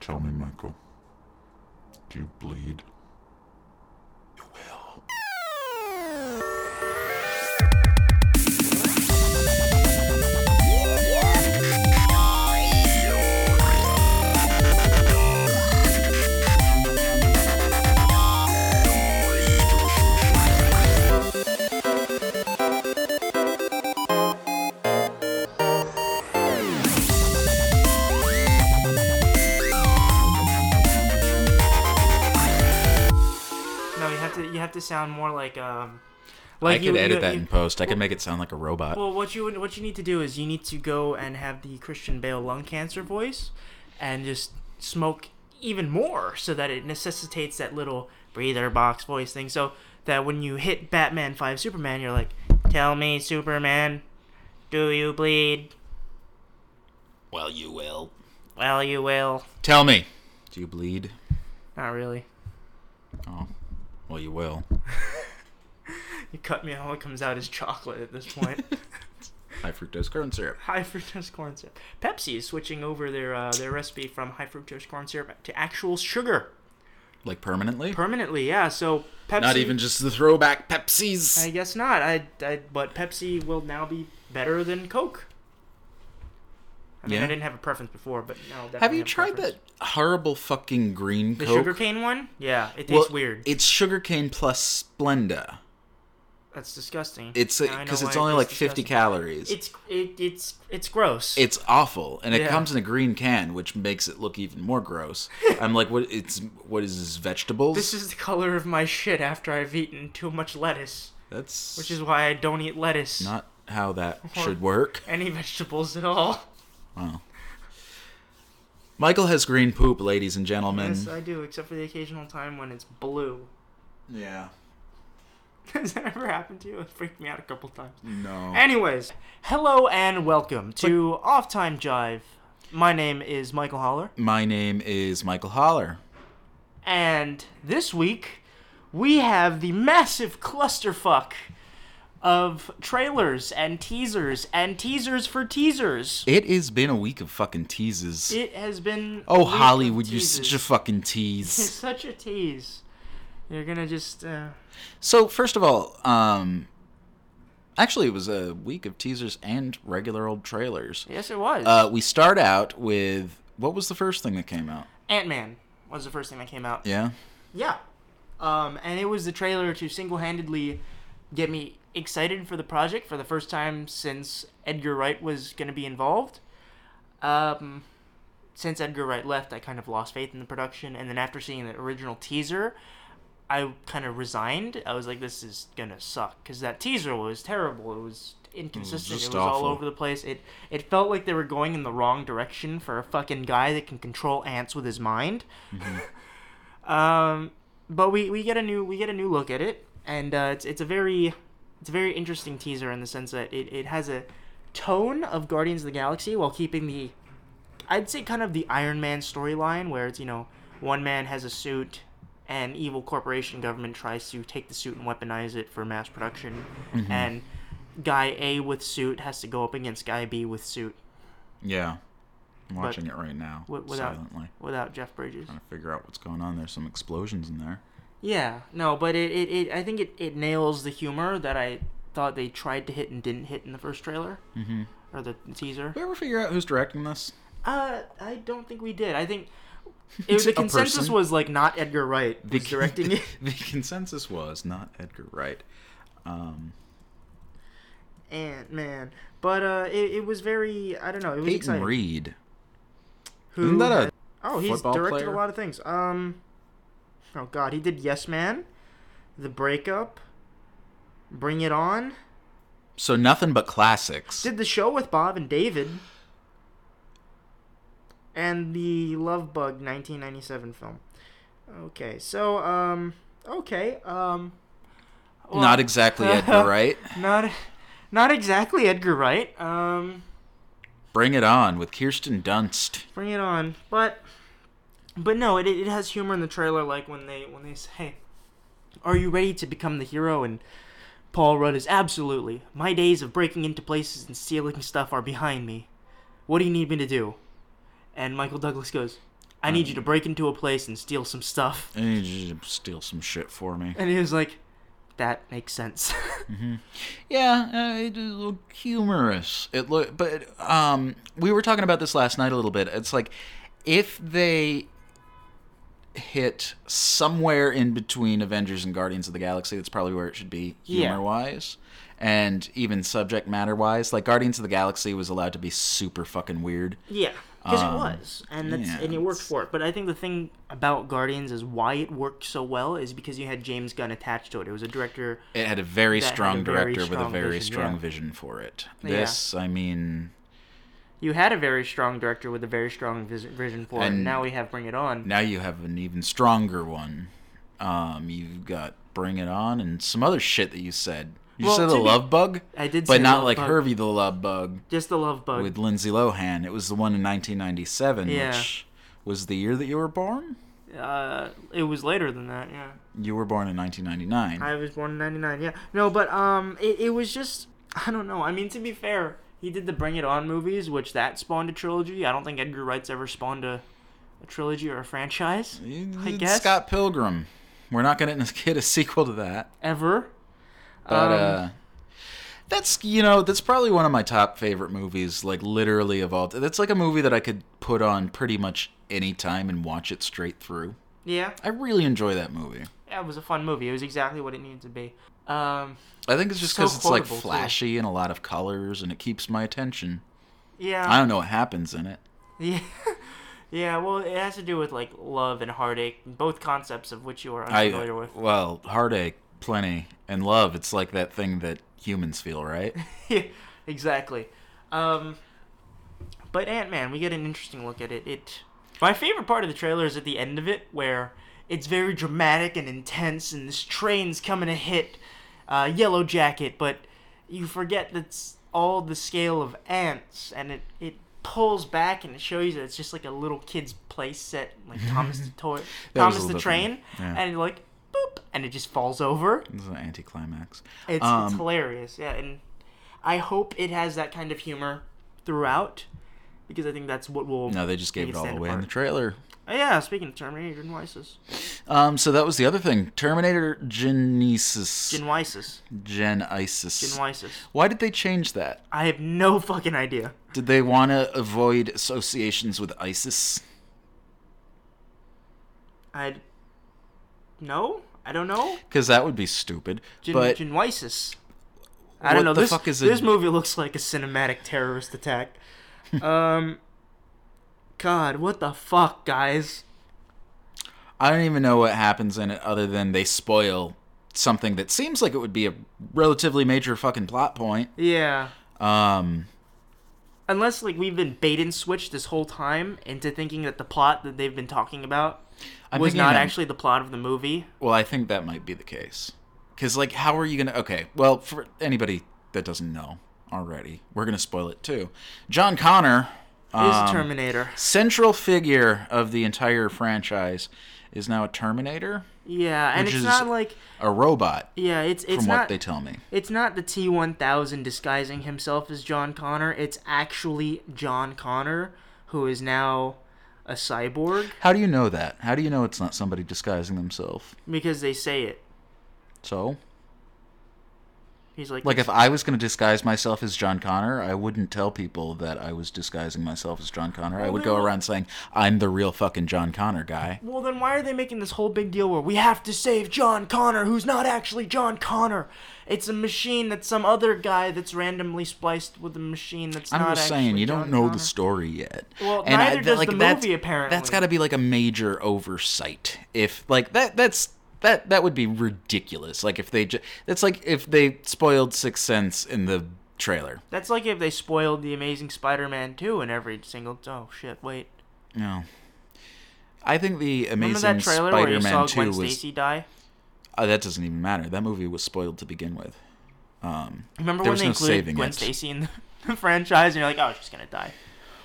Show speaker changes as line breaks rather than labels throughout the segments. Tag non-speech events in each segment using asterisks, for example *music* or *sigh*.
Tell me, Michael. Do you bleed? You will.
No, you have to you have to sound more like um
I could edit that in post. I could make it sound like a robot.
Well, what you would- what you need to do is you need to go and have the Christian Bale lung cancer voice, and just smoke even more so that it necessitates that little breather box voice thing. So that when you hit Batman Five Superman, you're like, "Tell me, Superman, do you bleed?
well, you will.
Well, you will.
Tell me, do you bleed?
Not really.
Oh, well, you will.
You cut me. All it comes out is chocolate at this point.
High fructose corn syrup.
high fructose corn syrup. Pepsi is switching over their uh, their recipe from high fructose corn syrup to actual sugar
Like permanently?
permanently. Yeah, so Pepsi.
Not even just the throwback Pepsis.
I guess not. I, I but Pepsi will now be better than Coke. I mean, I
Yeah.
didn't have a preference before, but now definitely
Have you
a
tried
preference.
that horrible fucking green
the
Coke?
sugarcane one? Yeah, it tastes
Well,
weird.
It's sugarcane plus Splenda.
That's disgusting.
It's
Now I know
because it's
why it
only
tastes
like 50
disgusting.
calories. It's,
It's it, it's it's gross.
awful, and it
Yeah.
comes in a green can, which makes it look even more *laughs* gross. I'm like, what? It's what is this? Vegetables?
this is the color of my shit after I've eaten too much lettuce,
that's
which is why I don't eat lettuce.
not how that should work.
any *laughs* vegetables at all.
Wow. Michael has green poop, ladies and gentlemen.
Yes, I do, except for the occasional time when it's blue. *laughs*
yeah.
Has that ever happened to you? It freaked me out a couple times.
No.
Anyways, hello and welcome to Off Time Jive. My name is Michael Holler,
My name is Michael Holler.
and this week we have the massive clusterfuck of trailers and teasers and teasers for teasers.
It has been a week of fucking teases.
It has been a
oh,
week of
Hollywood, you're
teases. *laughs*
such a fucking tease.
such a tease. You're gonna just uh,
So first of all, um, actually, it was a week of teasers and regular old trailers.
yes, it was
Uh, we start out with what was the first thing that came out?
Ant Man was the first thing that came out.
Yeah,
Yeah. Um, and it was the trailer to single handedly get me excited for the project for the first time since Edgar Wright was going to be involved. Um, since Edgar Wright left, I kind of lost faith in the production. And then after seeing the original teaser, I kind of resigned. I was like, this is going to suck. Because that teaser was terrible. It was inconsistent. It was,
just
all
awful.
over the place. It, it felt like they were going in the wrong direction for a fucking guy that can control ants with his mind.
Mm-hmm.
*laughs* Um, but we, we get a new we get a new look at it, and uh, it's it's a very it's a very interesting teaser in the sense that it, it has a tone of Guardians of the Galaxy while keeping the I'd say kind of the Iron Man storyline where it's you know one man has a suit and evil corporation government tries to take the suit and weaponize it for mass production,
Mm-hmm.
and guy A with suit has to go up against guy B with suit
yeah. I'm watching it right now
wi- without-
silently.
without Jeff Bridges.
Trying to figure out what's going on. There's some explosions in there.
Yeah, no, but it, it, it I think it, it nails the humor that I thought they tried to hit and didn't hit in the first trailer
Mm-hmm.
or the teaser.
We ever figure out who's directing this?
Uh, I don't think we did. I think
*laughs*
it, the
A
consensus
person.
was like not Edgar Wright was
con- *laughs*
directing it,
the consensus was not Edgar Wright. Um,
and man, but uh, it, it was very I don't know. It was
Peyton
exciting.
Reed.
Who
Isn't that a
had- oh he's
football
directed
player?
a lot of things. Um, oh God, he did Yes Man, The Breakup, Bring It On,
So nothing but classics.
did the show with Bob and David and the Love Bug 1997 film. Okay, so um okay, um well, *laughs*
not exactly Edgar Wright.
Not not exactly Edgar Wright. Um
Bring it on with Kirsten Dunst.
bring it on. But but no, it it has humor in the trailer like when they when they say are you ready to become the hero and Paul Rudd is absolutely. My days of breaking into places and stealing stuff are behind me. What do you need me to do? And Michael Douglas goes, I need you to break into a place and steal some stuff.
I need you to steal some shit for me.
And he was like, that makes sense. *laughs*
Yeah, uh, it is a little humorous. It look, but um, we were talking about this last night a little bit. It's like if they hit somewhere in between Avengers and Guardians of the Galaxy, that's probably where it should be
Yeah.
humor wise. And even subject matter wise, like Guardians of the Galaxy was allowed to be super fucking weird.
yeah, because
Um,
it was, and that's
yeah,
and it worked
it's-
for it. But I think the thing about Guardians is why it worked so well is because you had James Gunn attached to it. It was a director.
It had a very
That had a
strong
very
director with a
strong
very
vision,
strong
yeah.
vision for it.
Yeah.
This, I mean,
You had a very strong director with a very strong vis- vision for it.
And-
And now we have Bring It On.
now you have an even stronger one. Um, you've got Bring It On and some other shit that you said. You
Well,
said the
to be-
Love Bug,
I did,
but
say
not
Love
like
Bug.
Hervey the Love Bug
Just the love bug.
with Lindsay Lohan. It was the one in 1997,
Yeah.
which was the year that you were born.
Uh, it was later than that. Yeah.
You were born in 1999.
I was born in '99. Yeah, no, but um, it, it was just I don't know. I mean, to be fair, he did the Bring It On movies, which that spawned a trilogy. I don't think Edgar Wright's ever spawned a, a trilogy or a franchise
You
I
did
guess.
Scott Pilgrim. We're not going to *laughs* get a sequel to that.
ever. Um,
But uh, that's you know that's probably one of my top favorite movies, like literally of all. That's like a movie that I could put on pretty much any time and watch it straight through.
Yeah,
I really enjoy that movie.
yeah, it was a fun movie. It was exactly what it needed to be. Um,
I think it's just
So
because it's like
quotable, too.
flashy and a lot of colors, and it keeps my attention. I
yeah,
don't know what happens in it.
yeah, *laughs* yeah. Well, it has to do with like love and heartache, both concepts of which you are
I
unfamiliar with.
well, heartache, plenty, and love. It's like that thing that humans
*laughs*
feel, right?
yeah, exactly. Um, but Ant Man, we get an interesting look at it. It my favorite part of the trailer is at the end of it, where it's very dramatic and intense, and this train's coming to hit uh, Yellow Jacket, but you forget that's all the scale of ants, and it it pulls back and it shows you that it's just like a little kid's play set, like Thomas
*laughs*
the Toy,
That was a
Thomas
little
the
bit
Train,
funny. Yeah.
and you're like boop, and it just falls over.
It's an anticlimax.
It's, it's
Um,
hilarious, yeah, and I hope it has that kind of humor throughout because I think that's what will.
No, they just gave
make
it all
stand
away in the
apart.
trailer.
Oh, yeah, speaking of Terminator Genesis,
Um, so that was the other thing. Terminator Genesis.
Genesis,
Gen Isis.
Genesis.
Why did they change that?
I have no fucking idea.
Did they want to avoid associations with ISIS?
I no, I don't know.
Because that would be stupid.
Gen-
but
Genesis. I don't
what
know.
the
this
fuck is a-
this movie looks like a cinematic terrorist
*laughs*
attack. um, God, what the fuck, guys?
I don't even know what happens in it other than they spoil something that seems like it would be a relatively major fucking plot point.
Yeah.
Um,
unless like we've been bait and switched this whole time into thinking that the plot that they've been talking about
I'm
was
thinking
not
that-
actually the plot of the movie.
Well, I think that might be the case. Because, like, how are you going to. Okay, well, for anybody that doesn't know already, we're going to spoil it too. John Connor,
Is
um,
Terminator?
central figure of the entire franchise, is now a Terminator,
Yeah, and
which
it's
is-
not like
a robot,
yeah, it's it's
from
not
what they tell me.
it's not the T one thousand disguising himself as John Connor. It's actually John Connor who is now a cyborg
How do you know that? How do you know it's not somebody disguising themselves?
because they say it.
So,
He's like,
like, if I was going to disguise myself as John Connor, I wouldn't tell people that I was disguising myself as John Connor. I would go
no.
around saying, I'm the real fucking John Connor guy.
well then why are they making this whole big deal where we have to save John Connor who's not actually John Connor? It's a machine that's some other guy that's randomly spliced with a machine that's
I'm
not
just
actually
saying you
John
don't know
Connor.
the story yet.
Well,
And
neither
I,
does
like,
the
that's-
movie, apparently.
That's got to be like a major oversight. If like that, that's that that would be ridiculous. Like if they, ju- that's like if they spoiled Sixth Sense in the trailer.
That's like if they spoiled the Amazing Spider-Man 2 in every single oh shit, wait.
No, I think the
Remember
Amazing
that trailer where you saw
Spider-Man Two
Gwen
was
Stacy die?
uh, that doesn't even matter. That movie was spoiled to begin with. Um,
Remember
there
when
was
they
no
included
saving
Gwen
it.
Stacy in the *laughs* franchise and you're like, "Oh, she's going to die."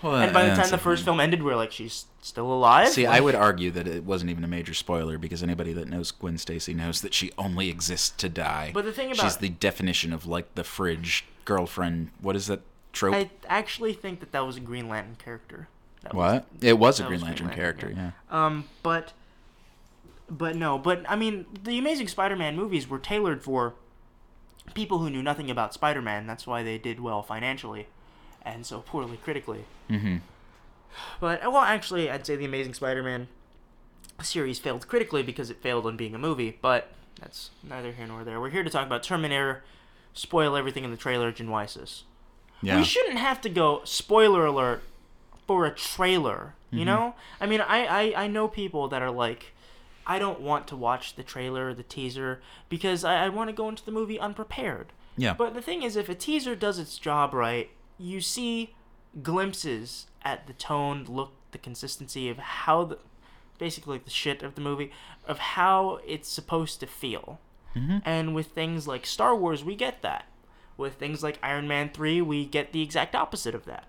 Well,
And by the
uh,
time the
that's
first
okay.
film ended, we are like, "She's still alive?"
*laughs* See,
Like,
I would argue that it wasn't even a major spoiler because anybody that knows Gwen Stacy knows that she only exists to die.
But the thing
she's
about-
the definition of like the fridge girlfriend. What is that trope?
I actually think that that was a Green Lantern character. That was-
What? It was a
That
Green
was
Lantern
Green Lantern,
character, yeah.
Um, but but no, but I mean, the Amazing Spider-Man movies were tailored for people who knew nothing about Spider-Man. That's why they did well financially, and so poorly critically.
Mm-hmm.
But well, actually, I'd say the Amazing Spider-Man series failed critically because it failed on being a movie. But that's neither here nor there. We're here to talk about Terminator. Spoil everything in the trailer, Genoisis.
Yeah.
We shouldn't have to go spoiler alert for a trailer. You know, I mean, I, I I know people that are like, I don't want to watch the trailer or the teaser because I, I want to go into the movie unprepared.
yeah.
But the thing is, if a teaser does its job right, you see glimpses at the tone, the look, the consistency of how the basically like the shit of the movie of how it's supposed to feel. And with things like Star Wars, we get that. With things like Iron Man 3, we get the exact opposite of that.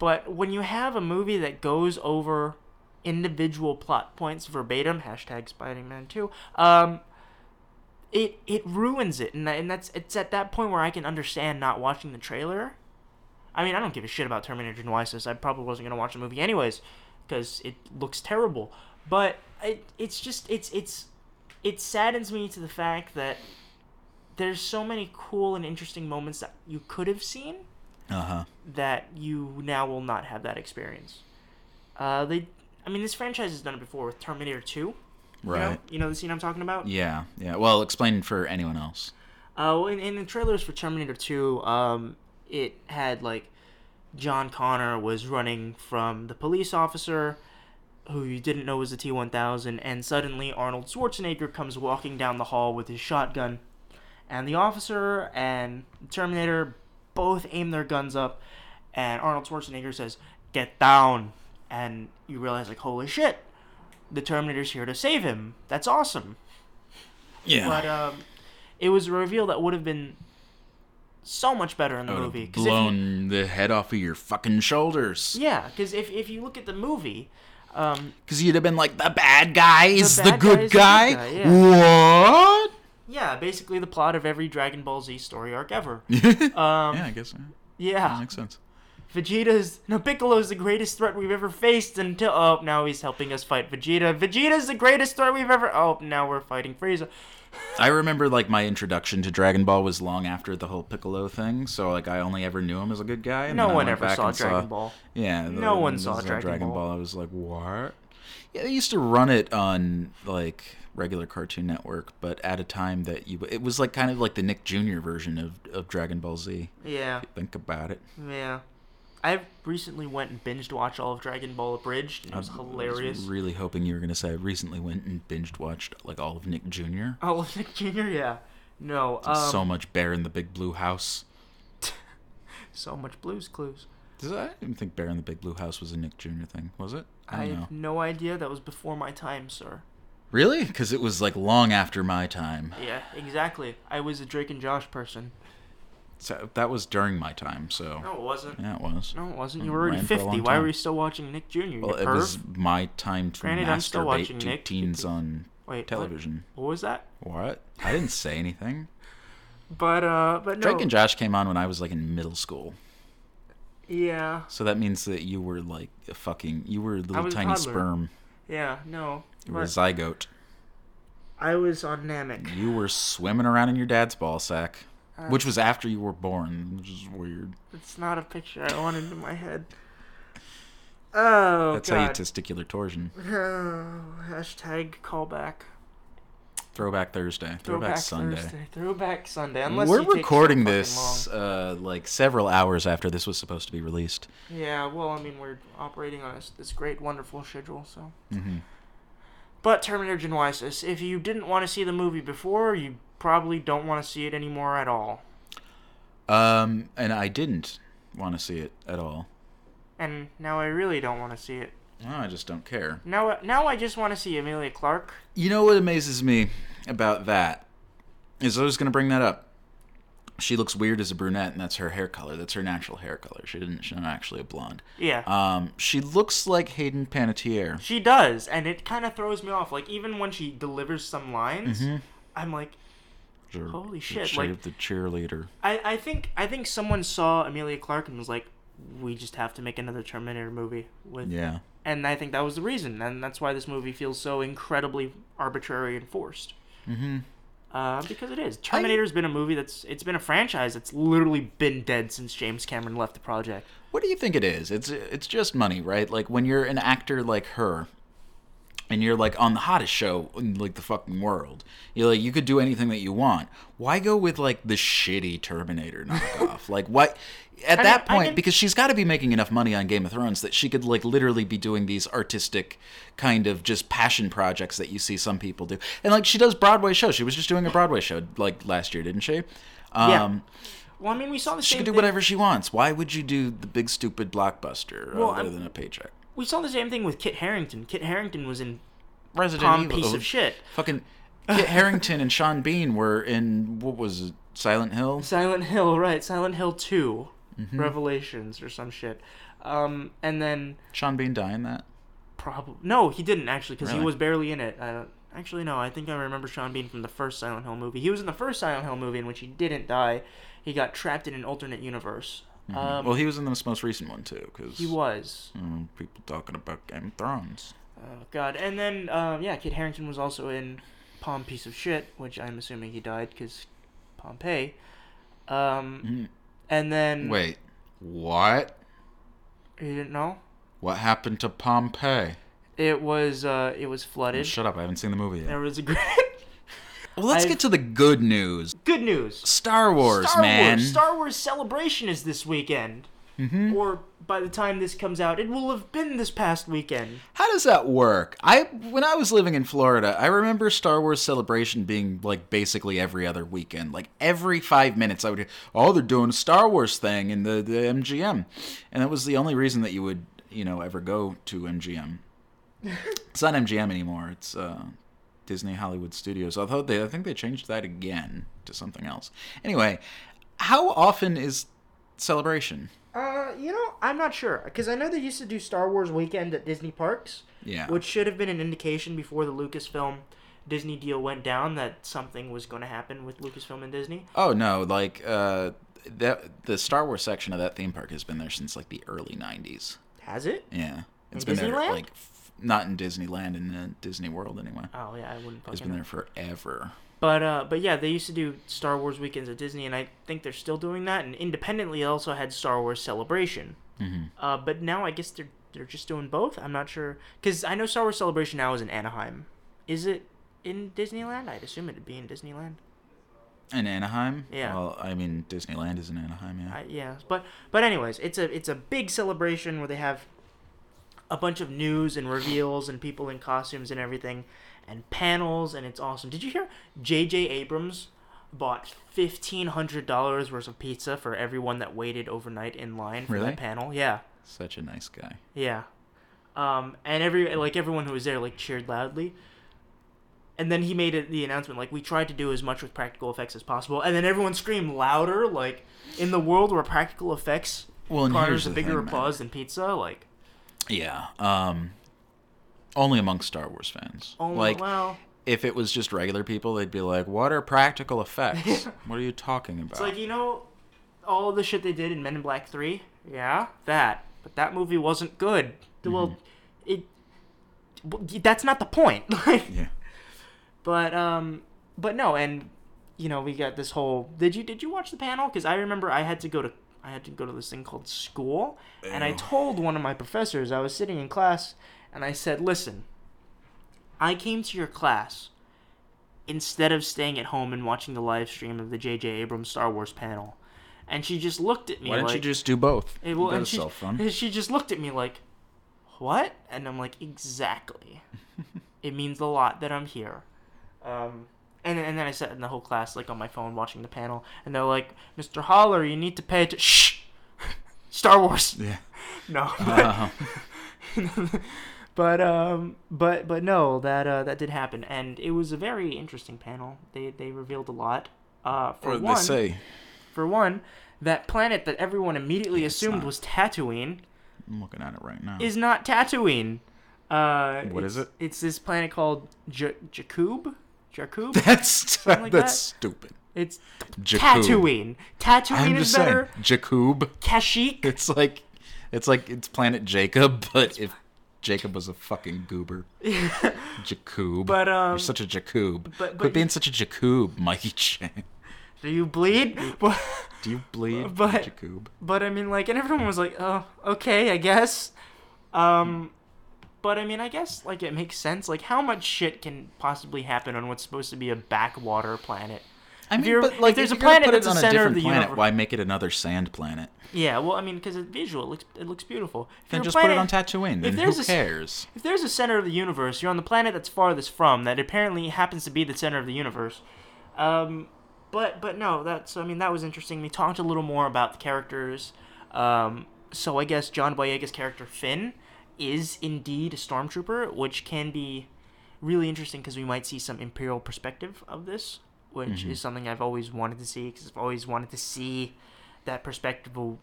But when you have a movie that goes over individual plot points verbatim, hashtag Spider-Man 2, um, it it ruins it, and, that, and that's it's at that point where I can understand not watching the trailer. I mean, I don't give a shit about Terminator Genisys. I probably wasn't gonna watch the movie anyways, because it looks terrible. But it, it's just it's it's it saddens me to the fact that there's so many cool and interesting moments that you could have seen
Uh huh.
that you now will not have that experience. Uh, they, I mean, this franchise has done it before with Terminator Two. you know?
Right.
You know the scene I'm talking about.
Yeah. Yeah. Well, explain for anyone else.
Uh, well, in, in the trailers for Terminator 2, um, it had like John Connor was running from the police officer who you didn't know was a T 1000, and suddenly Arnold Schwarzenegger comes walking down the hall with his shotgun. And the officer and Terminator both aim their guns up, and Arnold Schwarzenegger says, Get down. And you realize, like, holy shit, the Terminator's here to save him. That's awesome.
Yeah.
But um, it was a reveal that would have been so much better in the
I would've
movie. 'Cause if you-
blown the head off of your fucking shoulders.
yeah, because if, if you look at the movie, um,
Because you'd have been like, the bad guy is the,
bad guy
good
is the good
guy.
guy,
What?
yeah, basically the plot of every Dragon Ball Z story arc ever.
*laughs*
Um,
yeah, I guess so.
Yeah,
makes sense.
Vegeta's no Piccolo's the greatest threat we've ever faced until oh now he's helping us fight Vegeta. Vegeta's the greatest threat we've ever oh now we're fighting Frieza.
I remember like my introduction to Dragon Ball was long after the whole Piccolo thing, so like I only ever knew him as a good guy. and
No
then I
one
went
ever
back
saw
and
Dragon Ball.
Yeah,
No one
this
saw
is a
Dragon
Dragon
Ball.
Ball. I was like, what? Yeah, they used to run it on like regular Cartoon Network, but at a time that you it was like kind of like the Nick Jr. version of of Dragon Ball Z.
Yeah,
Think about it.
yeah. I recently went and binged watched all of Dragon Ball Abridged. and It was
I was
hilarious.
really hoping you were gonna say I recently went and binged watched like all of Nick Jr.
Oh, well, *laughs* Nick Jr. Yeah. No. Um,
so
so,
much Bear in the Big Blue House.
much Blues Clues.
Does I didn't think Bear in the Big Blue House was a Nick Jr. thing, was it?
I,
I don't know.
have no idea. That was before my time, sir.
Really? Because it was like long after my time.
Yeah, exactly. I was a Drake and Josh person.
So that was during my time. So
No, it wasn't.
yeah, it was.
No, it wasn't. You were already
Mm, Ran for a long
50. Why
time.
were you still watching Nick Jr., you
Well, it
perv?
was my time to
Granted, I'm still watching
masturbate to
Nick. *laughs*
teens on
Wait, what?
television.
What? was that?
What? I didn't say anything.
But, uh, but *laughs* no.
Drake and Josh came on when I was like in middle school.
Yeah,
So that means that you were like a fucking, you were a little
was a
tiny
toddler.
sperm.
yeah, no.
You were a
But
zygote.
I was on Namek.
You were swimming around in your dad's ball sack, *laughs*
Uh.
which was after you were born, which is weird.
It's not a picture I wanted in my
*laughs*
head. Oh,
That's how you
God.
testicular torsion.
*laughs* oh, hashtag callback.
Throwback Thursday. Throwback,
Throwback
Sunday.
Thursday. Throwback Sunday. Unless
We're
you take
recording
so fucking
this uh, like several hours after this was supposed to be released.
long. Yeah, well, I mean, we're operating on this, this great, wonderful schedule, so.
Mhm.
But Terminator Genisys, if you didn't want to see the movie before, you probably don't want to see it anymore at all.
Um, and I didn't want to see it at all.
And now I really don't want to see it.
No, I just don't care.
Now, now I just want to see Amelia Clark.
You know what amazes me about that is I was going to bring that up. She looks weird as a brunette, and that's her hair color. That's her natural hair color. She didn't. She's not actually a blonde.
Yeah.
Um, she looks like Hayden Panettiere.
She does, and it kind of throws me off. Like, even when she delivers some lines, I'm like,
Mm-hmm. Sure.
Holy
The
shit,
cheer-
like-
the cheerleader.
I, I think I think someone saw Amelia Clark and was like, we just have to make another Terminator movie with.
Yeah.
And I think that was the reason, and that's why this movie feels so incredibly arbitrary and forced. Mm-hmm. Uh, because it is. Terminator's been a movie that's it's been a franchise that's literally been dead since James Cameron left the project.
What do you think it is? It's it's just money, right? Like when you're an actor like her and you're like on the hottest show in like the fucking world. You're like you could do anything that you want. Why go with like the shitty
*laughs*
Terminator knockoff? like what at
I
that
mean, I
point
can-
because she's got to be making enough money on Game of Thrones that she could like literally be doing these artistic kind of just passion projects that you see some people do. And like she does Broadway shows. She was just doing a Broadway show like last year, didn't she? Um,
Yeah. Well, I mean, we saw the
She
same
could do
thing.
whatever she wants. Why would you do the big stupid blockbuster
Well,
other
I'm-
than a paycheck?
We saw the same thing with Kit Harrington. Kit Harrington was in
Resident
Palm
Evil. oh.
piece of shit.
Fucking Kit Harrington and Sean Bean were in what was it, Silent Hill?
Silent Hill, right? Silent Hill 2
Mm-hmm.
Revelations or some shit. Um, and then
Sean Bean die in that?
probably no, he didn't actually because
Really?
he was barely in it. Uh, actually, no, I think I remember Sean Bean from the first Silent Hill movie. He was in the first Silent Hill movie in which he didn't die. He got trapped in an alternate universe. Um,
Mm-hmm. well, he was in this most recent one too, because
he was.
people talking about Game of Thrones.
Oh God! And then um, yeah, Kit Harrington was also in Palm Piece of Shit, which I'm assuming he died because Pompeii. Um, and then
Mm-hmm. Wait, what?
you didn't know
What happened to Pompeii?
it was uh, it was flooded.
Shut up! I haven't seen the movie yet.
There was a *laughs* great
Well, let's
I-
get to the good news.
good news.
Star Wars,
Star
man. Mm-hmm.
Wars Star Wars Celebration is this weekend. Or by the time this comes out, it will have been this past weekend.
How does that work? I when I was living in Florida, I remember Star Wars Celebration being like basically every other weekend. Like every five minutes, I would hear, "Oh, they're doing a Star Wars thing in the, the MGM," and that was the only reason that you would you know ever go to MGM. it's not MGM anymore. It's uh, Disney Hollywood Studios. Although they, I think they changed that again to something else. Anyway, how often is Celebration?
Uh, you know, I'm not sure because I know they used to do Star Wars weekend at Disney parks.
Yeah.
which should have been an indication before the Lucasfilm Disney deal went down that something was going to happen with Lucasfilm and Disney.
Oh no, like uh that the Star Wars section of that theme park has been there since like the early 90s.
Has it?
Yeah. it's
In
been
Disneyland?
there like f- not in Disneyland in uh, Disney World anyway.
Oh yeah, I wouldn't
It's
fucking
been
know.
there forever.
But uh, but yeah, they used to do Star Wars weekends at Disney, and I think they're still doing that. And independently, they also had Star Wars Celebration. Mm-hmm. Uh, but now I guess they're they're just doing both. I'm not sure because I know Star Wars Celebration now is in Anaheim. Is it in Disneyland? I'd assume it'd be in Disneyland.
In Anaheim?
Yeah.
Well, I mean Disneyland is in Anaheim, yeah.
I, yeah, but but anyways, it's a it's a big celebration where they have a bunch of news and reveals and people in costumes and everything, and panels, and it's awesome. Did you hear? J.J. Abrams bought fifteen hundred dollars worth of pizza for everyone that waited overnight in line for
Really?
that panel. Yeah,
Such a nice guy.
yeah, um, and every like everyone who was there like cheered loudly. And then he made it the announcement like we tried to do as much with practical effects as possible, and then everyone screamed louder like in the world where practical effects
Well, and
garners
here's
a
the
bigger
thing, man.
applause than pizza. Like
Yeah. Um only among Star Wars fans.
only
like
oh, well,
if it was just regular people, they'd be like, "What are
*laughs*
practical effects? what are you talking about?"
it's like you know all the shit they did in Men in Black Three. Yeah, that. But that movie wasn't good.
Mm-hmm.
Well, it. well, That's not the point. *laughs* Like,
yeah.
But um, but no, and you know we got this whole. Did you did you watch the panel? Because I remember I had to go to I had to go to this thing called school, and I told one of my professors I was sitting in class, and I said, "Listen, I came to your class instead of staying at home and watching the live stream of the J.J. Abrams Star Wars panel," and she just looked at me.
Why don't
like,
you just do both?
Hey, well,
That
and
was
she,
so fun.
and she just looked at me like, "What?" And I'm like,
*laughs*
"Exactly. it means a lot that I'm here." Um, and and then I sat in the whole class like on my phone watching the panel, and they're like, "Mr. Holler, you need to pay attention." Shh. *laughs* Star Wars.
Yeah.
*laughs*
*laughs*
No. but *laughs* um, but but no, that uh, that did happen, and it was a very interesting panel. They they revealed a lot. Uh, for
What did
one,
they say?
for one, that planet that everyone immediately assumed
not.
was Tatooine
I'm looking at it right now.
is not Tatooine. Uh,
What
it's-
is it?
It's this planet called J- Jakub. Jakub.
*laughs* *laughs* that's
like
that's
that?
stupid.
It's
Jakku.
Tatooine. Tatooine
I'm
is
just
better.
saying, Jakub.
Kashyyyk.
It's like, it's like it's Planet Jacob, *laughs* but if Jacob was a fucking
*laughs*
goober, Jakub.
But, um,
you're such a Jakub.
but- but
Quit
you-
being such a Jakub, Mikey Chang.
Do you bleed? *laughs* But,
*laughs* Do you bleed,
But-
Jakub?
but I mean, like, and everyone was like, "Oh, okay, I guess." Um, but I mean, I guess like it makes sense. Like, how much shit can possibly happen on what's supposed to be a backwater planet?
I mean,
you're-
but
if
like,
there's
if
a
you're gonna
planet
put it
that's the
on
center of
a different
the
planet,
universe-
why make it another sand planet?
Yeah, well, I mean, because it's visual. It looks, it looks beautiful. If
Then
you're a
just
planet-
put it on Tatooine. Then
there's a
who
s-
cares?
If there's a center of the universe, you're on the planet that's farthest from that apparently happens to be the center of the universe. Um, but but no, that's I mean that was interesting. We talked a little more about the characters. Um, so I guess John Boyega's character Finn is indeed a stormtrooper, which can be really interesting because we might see some imperial perspective of this, which is something I've always wanted to see because I've always wanted to see that perspective of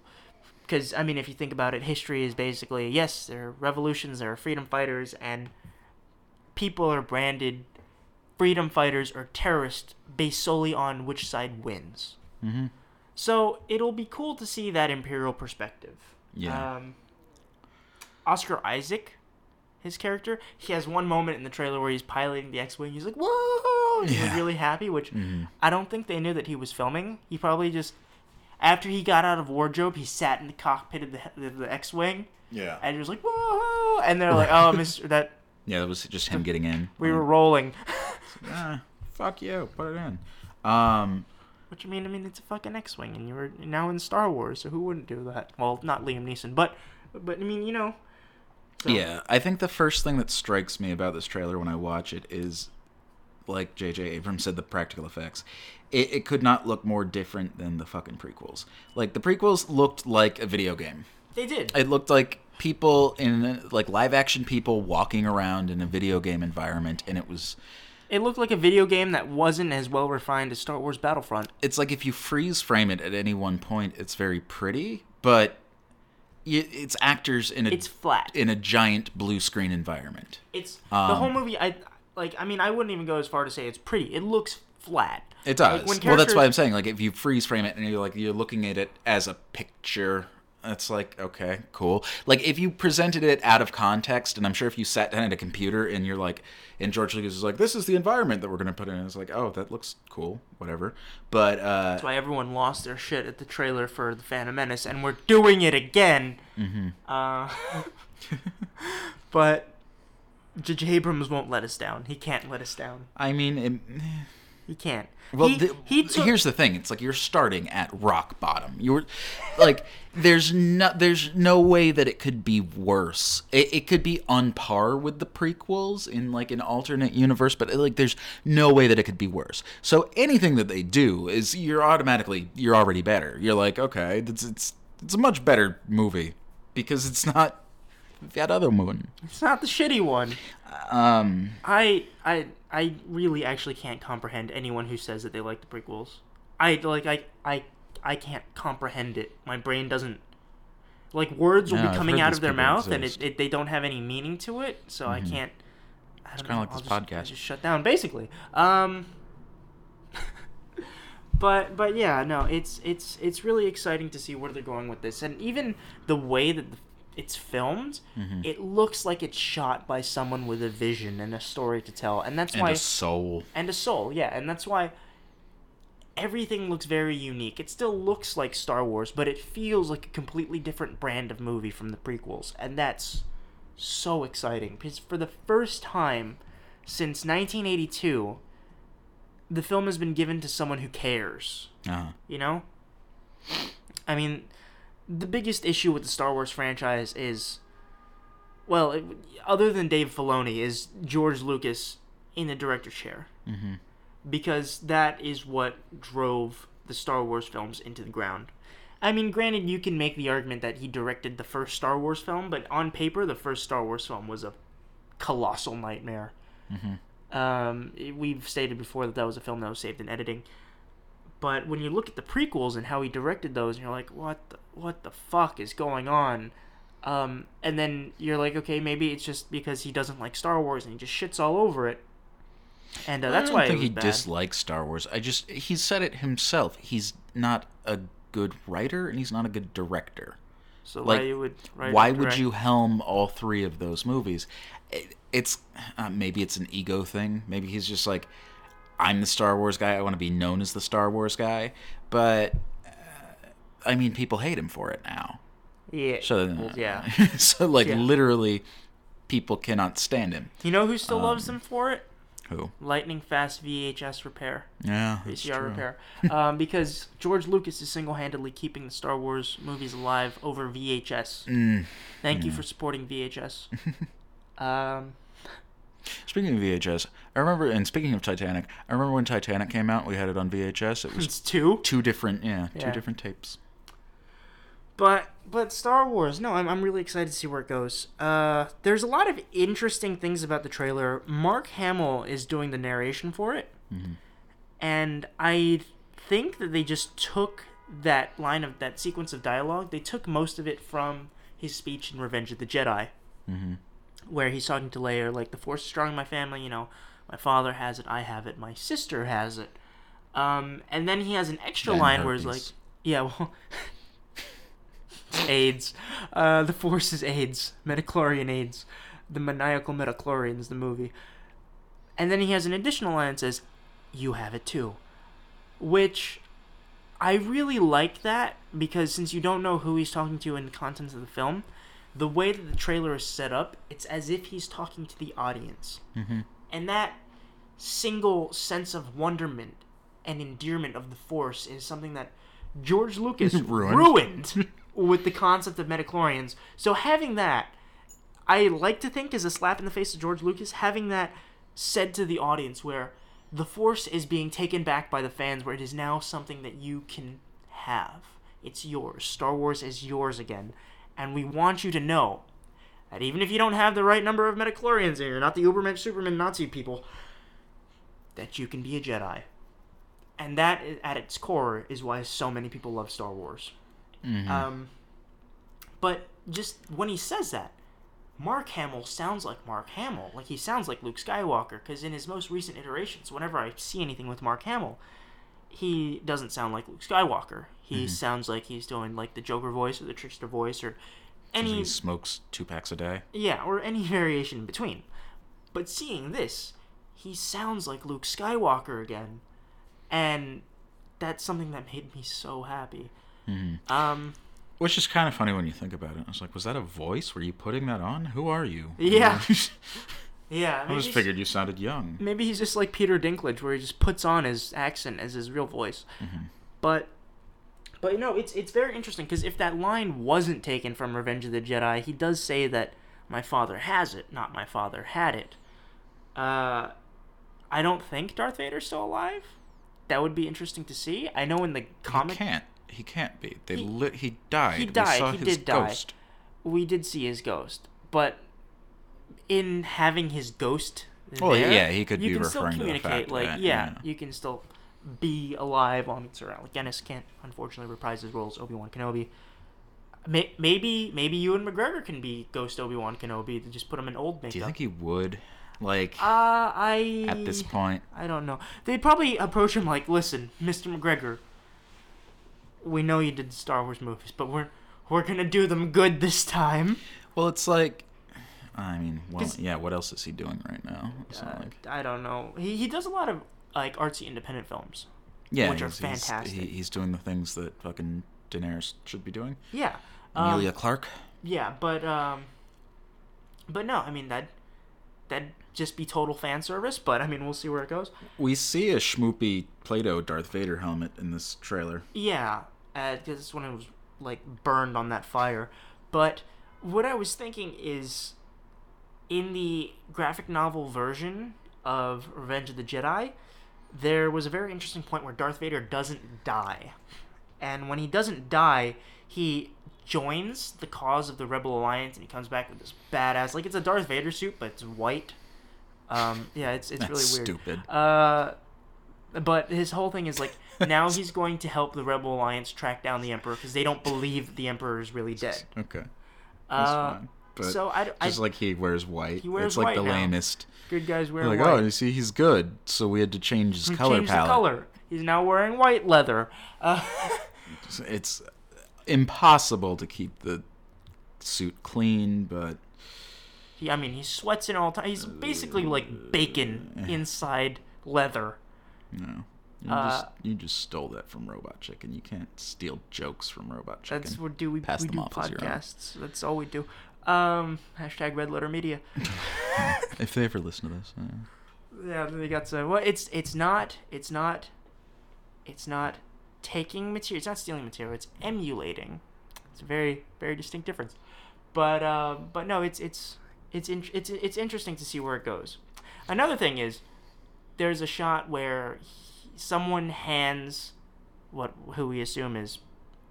because I mean, if you think about it, history is basically yes, there are revolutions, there are freedom fighters, and people are branded freedom fighters or terrorists based solely on which side wins. Mm-hmm. So it'll be cool to see that imperial perspective.
Yeah.
Um, Oscar Isaac, his character, he has one moment in the trailer where he's piloting the X-wing. He's like, "Whoa!" He's
Yeah. Mm-hmm.
really happy, which I don't think they knew that he was filming. He probably just after he got out of wardrobe, he sat in the cockpit of the, of the X-wing,
Yeah.
and he was like, "Whoa!" And they're like,
*laughs*
"Oh, Mister, that
Yeah, that was just him getting in.
we were rolling." *laughs*
Ah, fuck you. Put it in. Um,
Which I mean, I mean, it's a fucking X-wing, and you were now in Star Wars, so who wouldn't do that? Well, not Liam Neeson, but but I mean, you know, So-
Yeah, I think the first thing that strikes me about this trailer when I watch it is, like J.J. Abrams said, the practical effects. It, it could not look more different than the fucking prequels. Like the prequels looked like a video game.
they did.
It looked like people in like live action people walking around in a video game environment, and it was.
It looked like a video game that wasn't as well refined as Star Wars Battlefront.
It's like if you freeze frame it at any one point, it's very pretty, but it, it's actors in a
It's flat.
in a giant blue screen environment.
It's the
Um.
whole movie. I like. I mean, I wouldn't even go as far to say it's pretty. It looks flat.
It
Like,
does.
when
Well, that's why
characters-
I'm saying, like, if you freeze frame it and you're like you're looking at it as a picture, it's like okay, cool. Like if you presented it out of context, and I'm sure if you sat down at a computer and you're like, and George Lucas is like, this is the environment that we're gonna put in. It's like, oh, that looks cool, whatever. But uh,
That's why everyone lost their shit at the trailer for The Phantom Menace, and we're doing it again. Mm-hmm. Uh, *laughs* but J.J. Abrams won't let us down. He can't let us down.
I mean, it,
He can't.
Well,
he,
the,
he took-
here's the thing: it's like you're starting at rock bottom. You're like, there's no, there's no way that it could be worse. It, it could be on par with the prequels in like an alternate universe, but like, there's no way that it could be worse. So anything that they do is you're automatically you're already better. You're like, okay, it's it's it's a much better movie because it's not that other one.
it's not the shitty one.
Um,
I I I really actually can't comprehend anyone who says that they like the prequels. I like I I I can't comprehend it. My brain doesn't like words will
Yeah,
be
I've
coming
heard
out
these
of their
people
mouth and it,
exist. Mm-hmm.
it they don't have any meaning to it, so I can't I don't it's
kinda like this podcast.
Just shut down basically. Um but but yeah, no, it's it's it's really exciting to see where they're going with this, and even the way that the, it's filmed,
Mm-hmm.
it looks like it's shot by someone with a vision and a story to tell, and that's
and
why
a soul.
and a soul, yeah, and that's why everything looks very unique. It still looks like Star Wars, but it feels like a completely different brand of movie from the prequels, and that's so exciting because for the first time since 1982, the film has been given to someone who cares
Uh,
you know i mean the biggest issue with the star wars franchise is well it, other than dave filoni is george lucas in the director's chair mm-hmm. because that is what drove the star wars films into the ground i mean granted you can make the argument that he directed the first star wars film but on paper the first star wars film was a colossal nightmare
Mm-hmm.
um, it- we've stated before that that was a film that was saved in editing but when you look at the prequels and how he directed those, and you're like, what the, what the fuck is going on? Um, and then you're like, okay, maybe it's just because he doesn't like Star Wars and he just shits all over it. and uh, that's
I don't
why it
think
was
he
bad.
dislikes Star Wars. I just he said it himself. He's not a good writer and he's not a good director.
so
like,
why you would write
Why
and
would
direct-
you helm all three of those movies? It, it's uh, maybe it's an ego thing. Maybe he's just like, I'm the Star Wars guy. I want to be known as the Star Wars guy. But uh, I mean, people hate him for it now.
Yeah.
So
yeah.
*laughs* so like
Yeah.
literally, people cannot stand him.
You know who still
Um,
loves them for it?
Who?
Lightning fast VHS repair,
Yeah, that's
VCR
true.
repair, um, because George Lucas is single-handedly keeping the Star Wars movies alive over VHS.
Mm.
Thank you for supporting
*laughs*
VHS. um, *laughs*
Speaking of VHS, I remember, and speaking of Titanic, I remember when Titanic came out, we had it on
*laughs*
VHS. It was
it's two,
two different, yeah,
Yeah.
two different tapes.
but but Star Wars. No, I'm I'm really excited to see where it goes. Uh, there's a lot of interesting things about the trailer. Mark Hamill is doing the narration for it, and I think that they just took that line of that sequence of dialogue. They took most of it from his speech in Revenge of the Jedi,
Mm-hmm.
where he's talking to Leia, like the Force is strong in my family. You know, my father has it, I have it, my sister has it. Um, and then he has an extra
Then
line where he's like,
herpes.
"Yeah, well." *laughs* AIDS. Uh, the Force is AIDS. Metachlorian AIDS. The maniacal Metachlorians, the movie. And then he has an additional line that says, You have it too. Which I really like that because since you don't know who he's talking to in the contents of the film, the way that the trailer is set up, it's as if he's talking to the audience. Mm-hmm. And that single sense of wonderment and endearment of the Force is something that George Lucas
Ruined.
ruined with the concept of Metachlorians. So having that, I like to think is a slap in the face to George Lucas having that said to the audience where the force is being taken back by the fans where it is now something that you can have. It's yours. Star Wars is yours again. And we want you to know that even if you don't have the right number of metachlorians and you're not the Uberman Superman Nazi people, that you can be a Jedi. And that i- at its core is why so many people love Star Wars. Um, but just when he says that, Mark Hamill sounds like Mark Hamill. Like he sounds like Luke Skywalker. Because in his most recent iterations, whenever I see anything with Mark Hamill, he doesn't sound like Luke Skywalker. He sounds like he's doing like the Joker voice or the Trickster voice or any
He smokes two packs a day.
yeah, or any *laughs* variation in between. But seeing this, he sounds like Luke Skywalker again, and that's something that made me so happy. Um,
Which is kind of funny when you think about it. I was like, was that a voice? Were you putting that on? Who are you?
*laughs* Yeah.
*laughs* I
yeah, maybe,
just
he's-
figured you sounded young.
maybe he's just like Peter Dinklage, where he just puts on his accent as his real voice. But, but no, it's it's very interesting because if that line wasn't taken from Revenge of the Jedi, he does say that my father has it, not my father had it. Uh, I don't think Darth Vader's still alive. That would be interesting to see. I know in the
He
comic
can't. He can't be. They lit. He died.
he died.
We saw
He
his
did die.
ghost.
we did see his ghost, but in having his ghost,
Well,
there,
Oh, yeah, he could
you
be
can still
referring to the
communicate.
fact
like,
that,
yeah,
yeah.
you can still be alive on its around. Like, Dennis can't unfortunately reprise his role as Obi Wan Kenobi. May- Maybe, maybe you and McGregor can be Ghost Obi Wan Kenobi. To just put him in old makeup.
Do you think he would? Like
uh, I
at this point,
I don't know. They'd probably approach him like, "Listen, Mr. McGregor, we know you did the Star Wars movies, but we're we're gonna do them good this time."
Well, it's like, I mean, well,
'Cause-
yeah. What else is he doing right now? It's not like,
Uh, I don't know. He he does a lot of like artsy independent films.
yeah,
which are
he's, he's-
fantastic.
he, he's doing the things that fucking Daenerys should be doing.
Yeah. Um,
Amelia Clark.
yeah, but um but no, I mean that that'd just be total fan service, but I mean we'll see where it goes.
We see a schmoopy Play-Doh Darth Vader helmet in this trailer.
Yeah, because it's when it was like burned on that fire. But what I was thinking is, in the graphic novel version of Revenge of the Jedi, there was a very interesting point where Darth Vader doesn't die, and when he doesn't die, he joins the cause of the Rebel Alliance, and he comes back with this badass like it's a Darth Vader suit, but it's white. Um, yeah, it's it's
*laughs* That's
really weird.
stupid.
Uh, but his whole thing is like
*laughs*
now he's going to help the Rebel Alliance track down the Emperor because they don't believe the Emperor is really dead.
Okay, that's
Uh,
fine. But
So I d- I-
just like he wears white.
He wears
it's like
white
the
now.
lamest.
Good guys wear
Like,
white.
oh, you see, he's good. So we had to change his
He
color
changed
palette.
the color. He's now wearing white leather. Uh, *laughs*
It's impossible to keep the suit clean, but
he, I mean, he sweats in all time. He's basically like
Uh,
bacon inside leather.
no. You,
Uh,
just, you just stole that from Robot Chicken. You can't steal jokes from Robot Chicken.
That's what do we,
pass
we
them
do
off as your own.
podcasts. That's all we do. Um, hashtag red letter media.
*laughs* *laughs*
*laughs*
If they ever listen to this, yeah.
Yeah, they got some. Well, it's it's not it's not it's not taking material. It's not stealing material. It's emulating. It's a very very distinct difference. But uh, but no, it's it's it's in, it's it's interesting to see where it goes. Another thing is there's a shot where he, someone hands what who we assume is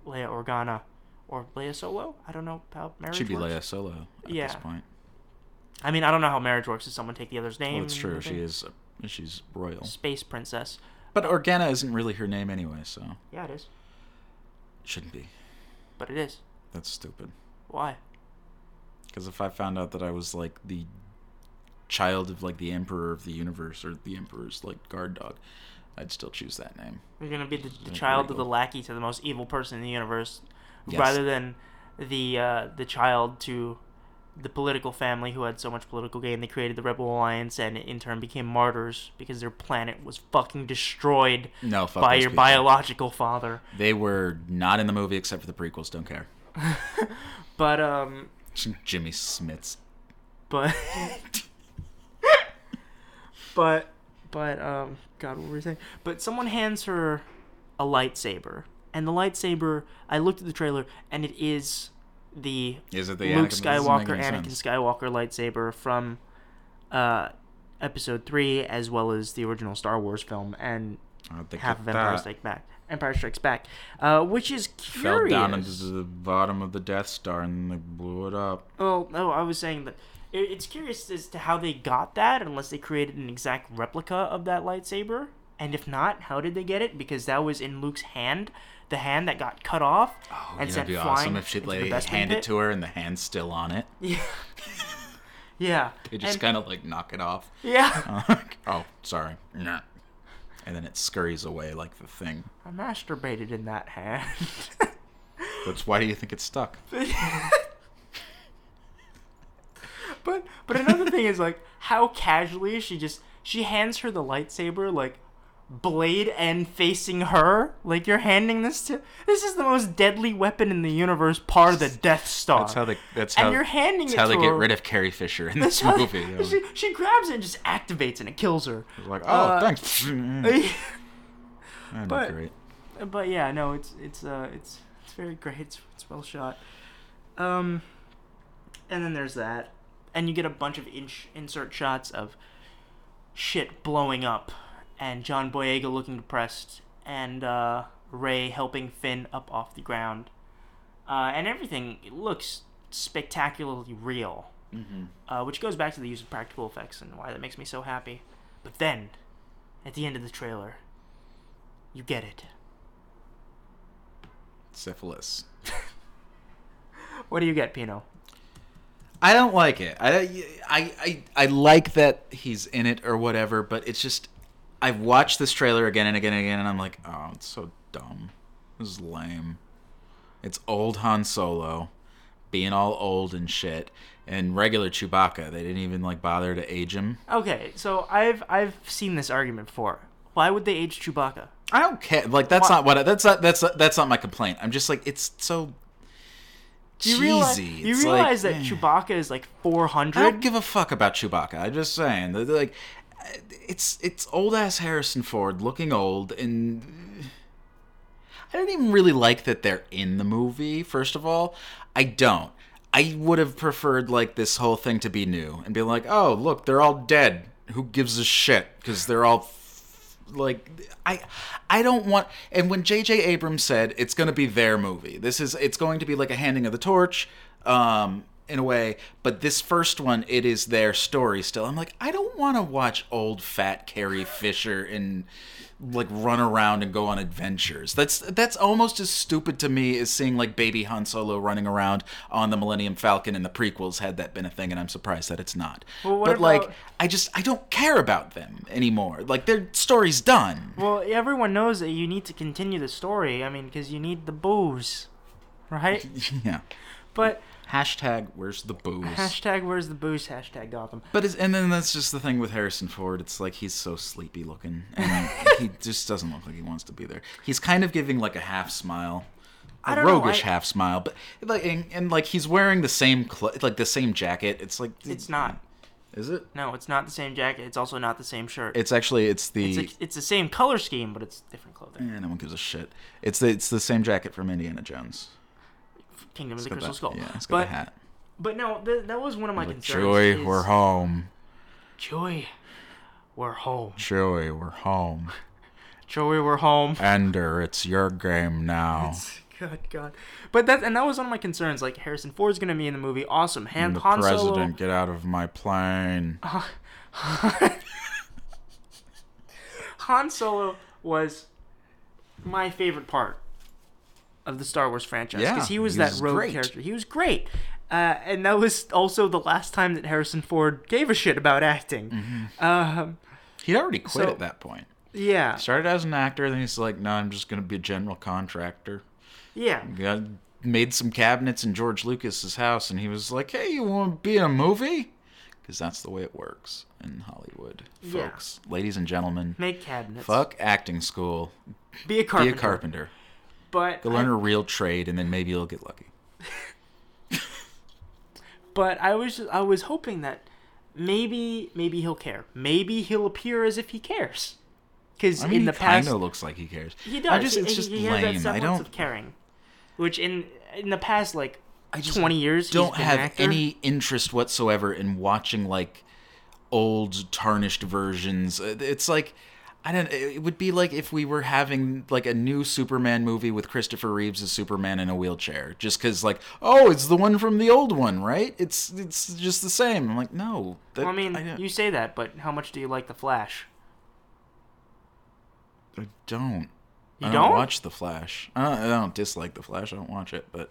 Leia Organa or Leia Solo. I don't know how marriage
should be
works.
Leia Solo at
Yeah.
this point.
I mean, I don't know how marriage works. Does someone take the other's name?
Well, it's true.
and
She
everything?
is. She's royal.
space princess.
But Organa isn't really her name anyway, so
Yeah, it is.
shouldn't be.
But it is.
That's stupid.
Why?
Because if I found out that I was like the child of like the emperor of the universe or the emperor's like guard dog, I'd still choose that name.
You're gonna be the, the
Like
child of the
Regal.
lackey to the most evil person in the universe,
Yes.
rather than the uh, the child to the political family who had so much political gain. They created the Rebel Alliance and in turn became martyrs because their planet was fucking destroyed
No, fuck
by
those
your
people.
biological father.
They were not in the movie except for the prequels. Don't care. *laughs*
But um,
Jimmy Smits.
but *laughs* but but um god what were we saying but someone hands her a lightsaber and the lightsaber i looked at the trailer and it is the
Is it the
luke
Anakin- this doesn't make
skywalker
any
anakin
sense.
skywalker lightsaber from uh episode 3 as well as the original star wars film and
I think
half
of
of empire
that.
strikes back empire strikes back uh which is
Fell
curious
down into the bottom of the Death Star and they blew it up.
Well, no, Oh, I was saying that it, it's curious as to how they got that, unless they created an exact replica of that lightsaber. And if not, how did they get it? Because that was in Luke's hand, the hand that got cut off and
It'd
sent
Oh, be
flying
awesome if she'd
into the
like
Bespin
hand
pit.
it to her and the hand's still on it.
Yeah, *laughs* yeah,
*laughs* They just
and,
kind of like knock it off. *laughs*
yeah.
oh, sorry. Nah. And then it scurries away like the thing.
I masturbated in that hand. *laughs*
That's why do you think it's stuck?
but but another thing is like how casually she just she hands her the lightsaber like blade end facing her like you're handing this to this is the most deadly weapon in the universe part of the death star
That's how they. That's
And
how.
you're handing
that's
it
how
to
they get
her.
rid of Carrie Fisher
*laughs*
in
That's
this
how-
movie. It was
she, she grabs it and just activates and it kills
*laughs*
her
like, oh,
uh,
thanks. *laughs* That'd be
but-
great.
but yeah, no, it's it's uh it's it's very great. It's, it's well shot. Um, and then there's that, and you get a bunch of inch insert shots of shit blowing up, and John Boyega looking depressed, and uh, Ray helping Finn up off the ground, uh, and everything it looks spectacularly real, uh, which goes back to the use of practical effects and why that makes me so happy. But then, at the end of the trailer, you get it.
Syphilis.
What do you get, Pino?
I don't like it. I, I, I, I like that he's in it or whatever, but it's just I've watched this trailer again and again and again, and I'm like, oh, it's so dumb. This is lame. It's old Han Solo, being all old and shit, and regular Chewbacca. They didn't even like bother to age him.
Okay, so I've I've seen this argument before. Why would they age Chewbacca?
I don't care. Like that's
Why-
not what. I, that's not that's that's not my complaint. I'm just like it's
You
so cheesy.
realize you
It's like,
realize that
eh.
Chewbacca is like four
I don't
hundred.
give a fuck about Chewbacca. I'm just saying, that, like, it's it's old ass Harrison Ford looking old, and I don't even really like that they're in the movie. First of all, I don't. I would have preferred like this whole thing to be new and be like, oh look, they're all dead. Who gives a shit? Because they're all f- like, I I don't want. And when J.J. Abrams said it's going to be their movie, this is it's going to be like a handing of the torch. Um, in a way. But this first one, it is their story still. I'm like, I don't want to watch old fat Carrie Fisher and like run around and go on adventures. That's that's almost as stupid to me as seeing like baby Han Solo running around on the Millennium Falcon in the prequels had that been a thing, and I'm surprised that it's not.
Well, what
but like,
about-
I just I don't care about them anymore. Like their story's done. *laughs*
Well, everyone knows that you need to continue the story. I mean, because you need the booze,
*laughs*
right?
yeah.
But
Hashtag where's the booze?
hashtag where's the booze? Hashtag Gotham.
But it's, and then that's just the thing with Harrison Ford. It's like he's so sleepy looking,
*laughs*
and he just doesn't look like he wants to be there. He's kind of giving like a half smile, a
I don't know,
roguish
I-
half smile, but like and, and like he's wearing the same cl- like the same jacket. It's like
It's not.
Is it?
No, it's not the same jacket. It's also not the same shirt.
It's actually it's the.
It's, a, it's the same color scheme, but it's different clothing.
Eh, no one gives a shit. It's the it's the same jacket from Indiana Jones.
Kingdom of the
Got
Crystal
that-
Skull.
Yeah, Mm. it's got
but
the hat.
but no, th- that was one of my
Like,
concerns.
Joy,
is-
we're home.
Joy, we're home.
Joy, we're home.
Joey, we're
*laughs*
home.
Ender, it's your game now.
God, God. But that and that was one of my concerns. Like Harrison Ford's gonna be in the movie. Awesome. Han,
the
Han Solo.
president, get out of my plane.
Han Solo was my favorite part of the Star Wars franchise
Yeah,
because he was
he
that
was
rogue
great.
character. He was great, uh, and that was also the last time that Harrison Ford gave a shit about acting.
Mm-hmm.
Um,
He'd already quit
So-
at that point.
yeah,
Started as an actor, then he's like, "No, I'm just gonna be a general contractor."
yeah,
Got- made some cabinets in George Lucas's house, and he was like, "Hey, you want to be in a movie?" Because that's the way it works in Hollywood,
Yeah.
folks, ladies and gentlemen.
make cabinets.
Fuck acting school.
Be a carpenter.
Be a carpenter.
But
Go learn a real trade, and then maybe you'll get lucky.
but I was I was hoping that maybe maybe he'll care. Maybe he'll appear as if he cares. Because
I mean,
in the
he
past,
kinda looks like he cares.
He
I
does.
just-
he,
it's just
he has that
lame. I
semblance
don't.
of caring, which in in the past like
I just
twenty years he's
don't
been an
have
actor.
any interest whatsoever in watching like old tarnished versions. Uh, It's like I don't. It would be like if we were having like a new Superman movie with Christopher Reeves as Superman in a wheelchair, just because like oh, it's the one from the old one, right? It's it's just the same. I'm like no. That,
Well, I mean,
don't-
you say that, but how much do you like the Flash?
I don't.
You
I
don't?
watch The Flash. I don't, I don't dislike The Flash. I don't watch it, but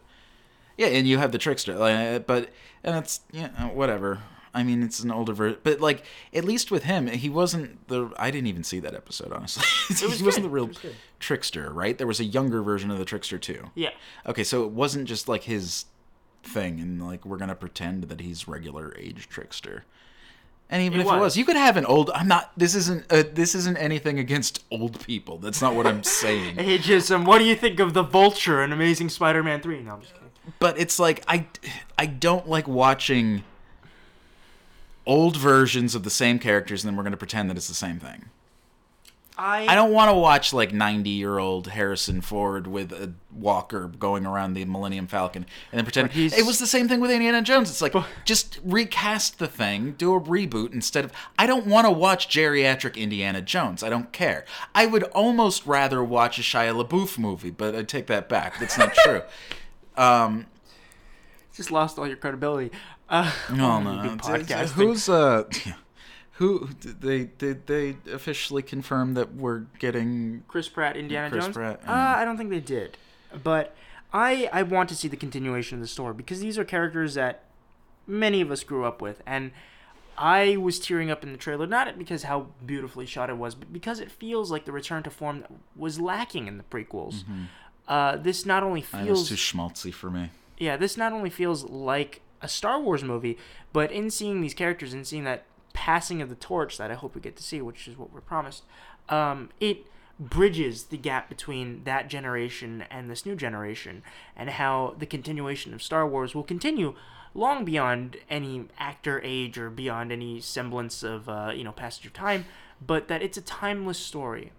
yeah, and you have the trickster, like, but and it's yeah, whatever. I mean, it's an older version, but like at least with him, he wasn't the. I didn't even see that episode honestly. *laughs*
was
he wasn't
good.
the real
It was good.
trickster, right? There was a younger version of the trickster too.
Yeah,
Okay, so it wasn't just like his thing, and like we're gonna pretend that he's regular age trickster. And even
It
if it
was.
was, you could have an old. I'm not. This isn't. Uh, this isn't anything against old people. That's not what
*laughs*
I'm saying.
hey Jism, um, what do you think of the Vulture in Amazing Spider-Man Three? No, I'm just kidding.
But it's like I. I don't like watching old versions of the same characters, and then we're gonna pretend that it's the same thing.
I,
I don't want to watch like 90 year old Harrison Ford with a walker going around the Millennium Falcon and then pretend
But he's-
it was the same thing with Indiana Jones. It's like just recast the thing, do a reboot instead of. I don't want to watch geriatric Indiana Jones. I don't care. I would almost rather watch a Shia LaBeouf movie, but I take that back.
*laughs*
That's not true. Um,
just lost all your credibility. Uh, *laughs*
Oh
you
no!
do
It's- it's-
podcasting.
Who's *laughs* uh? Who did they did they officially confirm that we're getting
Chris Pratt, Indiana
Chris
Jones?
Pratt, yeah.
Uh, I don't think they did, but I I want to see the continuation of the story because these are characters that many of us grew up with, and I was tearing up in the trailer not because how beautifully shot it was, but because it feels like the return to form that was lacking in the prequels. Uh, this not only
It Mm-hmm. was
feels
too schmaltzy for me.
yeah, this not only feels like a Star Wars movie, but in seeing these characters and seeing that passing of the torch that I hope we get to see, which is what we're promised, um, it bridges the gap between that generation and this new generation, and how the continuation of Star Wars will continue long beyond any actor age or beyond any semblance of uh, you know passage of time, but that it's a timeless story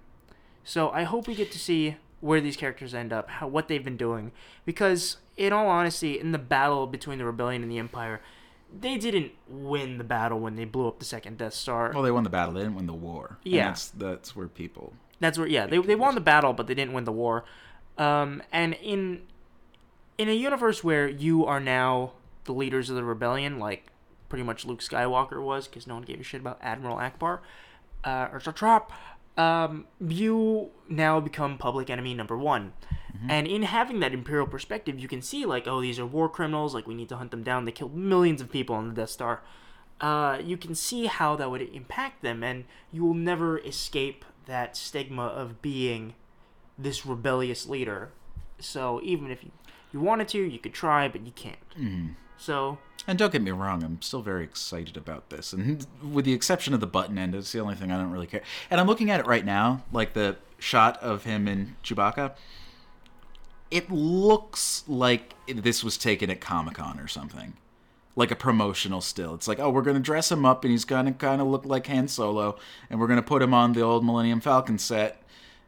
so I hope we get to see where these characters end up, how, what they've been doing, because in all honesty, in the battle between the rebellion and the empire, they didn't win the battle when they blew up the second Death Star.
Well, they won the battle. They didn't win the war. And
Yeah.
that's that's where people.
That's where yeah, they they won the battle, but they didn't win the war. Um, and in in a universe where you are now the leaders of the rebellion, like pretty much Luke Skywalker was, because no one gave a shit about Admiral Akbar uh, or Satrap, um, you now become public enemy number one. And in having that imperial perspective, you can see like, oh, these are war criminals. Like we need to hunt them down. They killed millions of people on the Death Star. Uh, you can see how that would impact them, and you will never escape that stigma of being this rebellious leader. So even if you, you wanted to, you could try, but you can't.
Mm-hmm.
So
And don't get me wrong, I'm still very excited about this. And with the exception of the button end, it's the only thing I don't really care. And I'm looking at it right now, like the shot of him and Chewbacca. It looks like this was taken at Comic Con or something, like a promotional still. It's like, oh, we're gonna dress him up, and he's gonna kind of look like Han Solo, and we're gonna put him on the old Millennium Falcon set.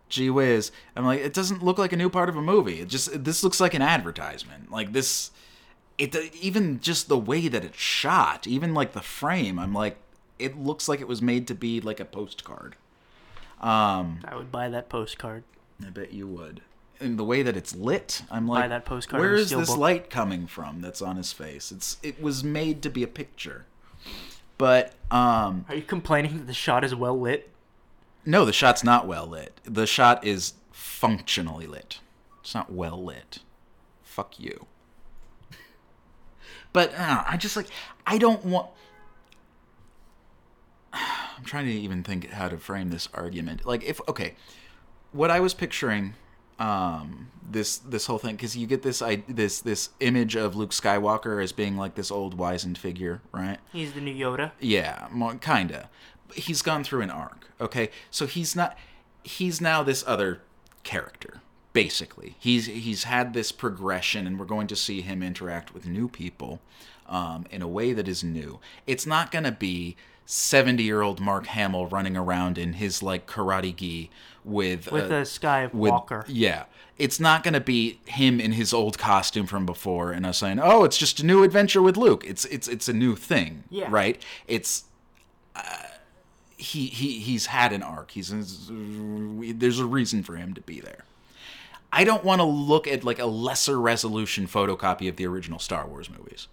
Gee whiz! I'm like, it doesn't look like a new part of a movie. It just this looks like an advertisement. Like this it even just the way that it's shot, even like the frame, I'm like, it looks like it was made to be like a postcard. Um,
I would buy that postcard.
I bet you would. And the way that it's lit, I'm like,
that postcard
where
and
is
steal
this
book."
light coming from that's on his face? It's it was made to be a picture, but um,
Are you complaining that the shot is well lit?
no, the shot's not well lit. The shot is functionally lit. It's not well lit. Fuck you. But I, don't know, I just like I don't want. *sighs* I'm trying to even think how to frame this argument. Like if okay, what I was picturing um this this whole thing because you get this i this this image of luke skywalker as being like this old wizened figure right
He's the new Yoda.
yeah, more, kinda. But he's gone through an arc. Okay, so he's not. He's now this other character. Basically, he's he's had this progression, and we're going to see him interact with new people um, in a way that is new. It's not going to be seventy-year-old Mark Hamill running around in his like karate gi with
With
uh,
a Skywalker.
yeah. It's not going to be him in his old costume from before and us saying, "Oh, it's just a new adventure with Luke." It's it's it's a new thing,
Yeah.
right? It's uh, he he he's had an arc. He's there's a reason for him to be there. I don't want to look at like a lesser resolution photocopy of the original Star Wars movies.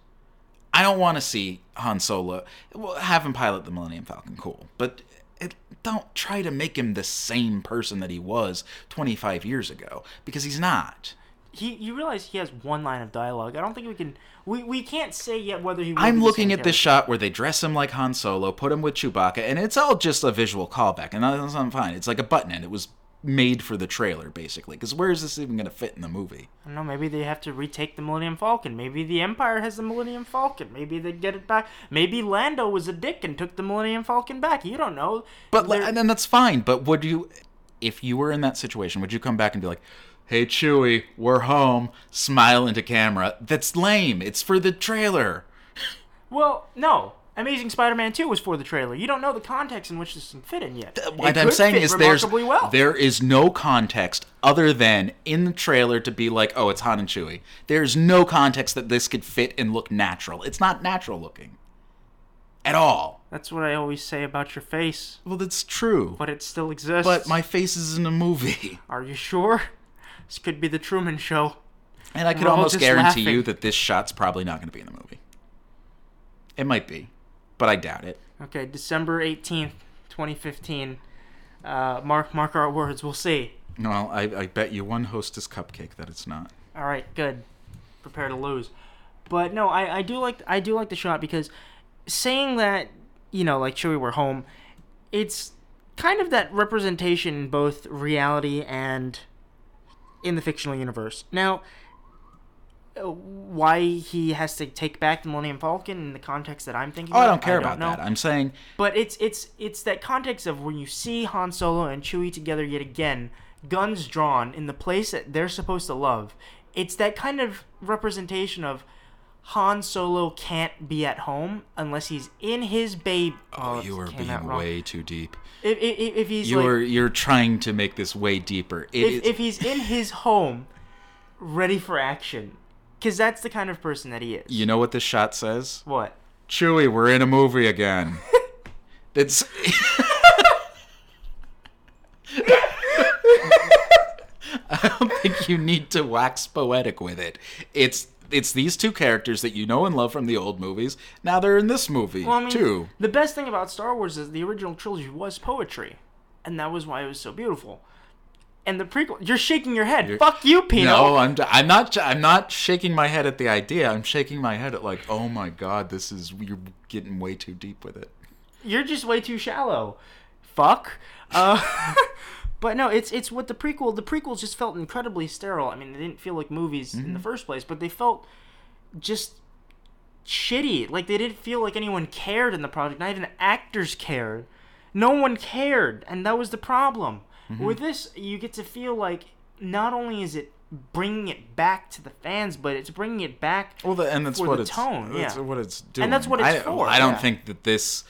I don't want to see Han Solo. Well, have him pilot the Millennium Falcon, cool. But it, don't try to make him the same person that he was 25 years ago, because he's not.
He, you realize he has one line of dialogue. I don't think we can. We, we can't say yet whether he. will be
I'm
the
looking
same
at this
character.
shot where they dress him like Han Solo, put him with Chewbacca, and it's all just a visual callback, and that's not fine. It's like a button, and it was made for the trailer, basically. Because where is this even going to fit in the movie?
I don't know. Maybe they have to retake the Millennium Falcon. Maybe the Empire has the Millennium Falcon. Maybe they get it back. Maybe Lando was a dick and took the Millennium Falcon back. You don't know.
But like,
They're-
and then that's fine. But would you, if you were in that situation, would you come back and be like, "Hey Chewie, we're home," smile into camera? That's lame. It's for the trailer.
well, no. Amazing Spider-Man 2 was for the trailer. You don't know the context in which this can fit in yet. It
What I'm
could
saying
fit
is there's
remarkably well.
there is no context other than in the trailer to be like, "Oh, it's Han and Chewie." There's no context that this could fit and look natural. It's not natural looking at all.
That's what I always say about your face,
Well, that's true.
but it still exists.
But my face is in a movie.
Are you sure? This could be the Truman Show.
And I could
We're all
almost
just
guarantee
laughing.
you that this shot's probably not going to be in the movie. It might be, but I doubt it.
Okay, December 18th, 2015. Uh, mark mark our words. We'll see.
Well, I, I bet you one hostess cupcake that it's not.
All right, good. Prepare to lose. But no, I, I do like I do like the shot because saying that you know like Chewie we're home, it's kind of that representation in both reality and in the fictional universe. Now, uh, why he has to take back the Millennium Falcon in the context that I'm thinking?
Oh, I
of,
don't care about
know.
that. I'm saying
But it's it's it's that context of when you see Han Solo and Chewie together yet again, guns drawn in the place that they're supposed to love. It's that kind of representation of Han Solo can't be at home unless he's in his Oh, baby.
Oh, you were being way too deep.
If, if, if he's
You're
like,
you're trying to make this way deeper. It is
if, if he's in his home, ready for action, because that's the kind of person that he is.
you know what this shot says?
What?
Chewie, we're in a movie *laughs* again. *laughs* That's I don't think you need to wax poetic with it. It's it's these two characters that you know and love from the old movies. Now they're in this movie
Well, I mean,
too.
The best thing about Star Wars is the original trilogy was poetry, and that was why it was so beautiful. And the prequel, you're shaking your head. Fuck you, Pino.
No, I'm I'm not I'm not shaking my head at the idea. I'm shaking my head at like, oh my god, this is you're getting way too deep with it.
you're just way too shallow. Fuck. Uh, but no, it's it's what the prequel. The prequels just felt incredibly sterile. I mean, they didn't feel like movies in the first place, but they felt just shitty. Like they didn't feel like anyone cared in the project. Not even actors cared. No one cared, and that was the problem. With this, you get to feel like not only is it bringing it back to the fans, but it's bringing it back.
Well, the, and that's
For
what
the
it's
tone,
that's
yeah.
what it's doing.
that's what it's
I,
for,
I don't
yeah.
think that this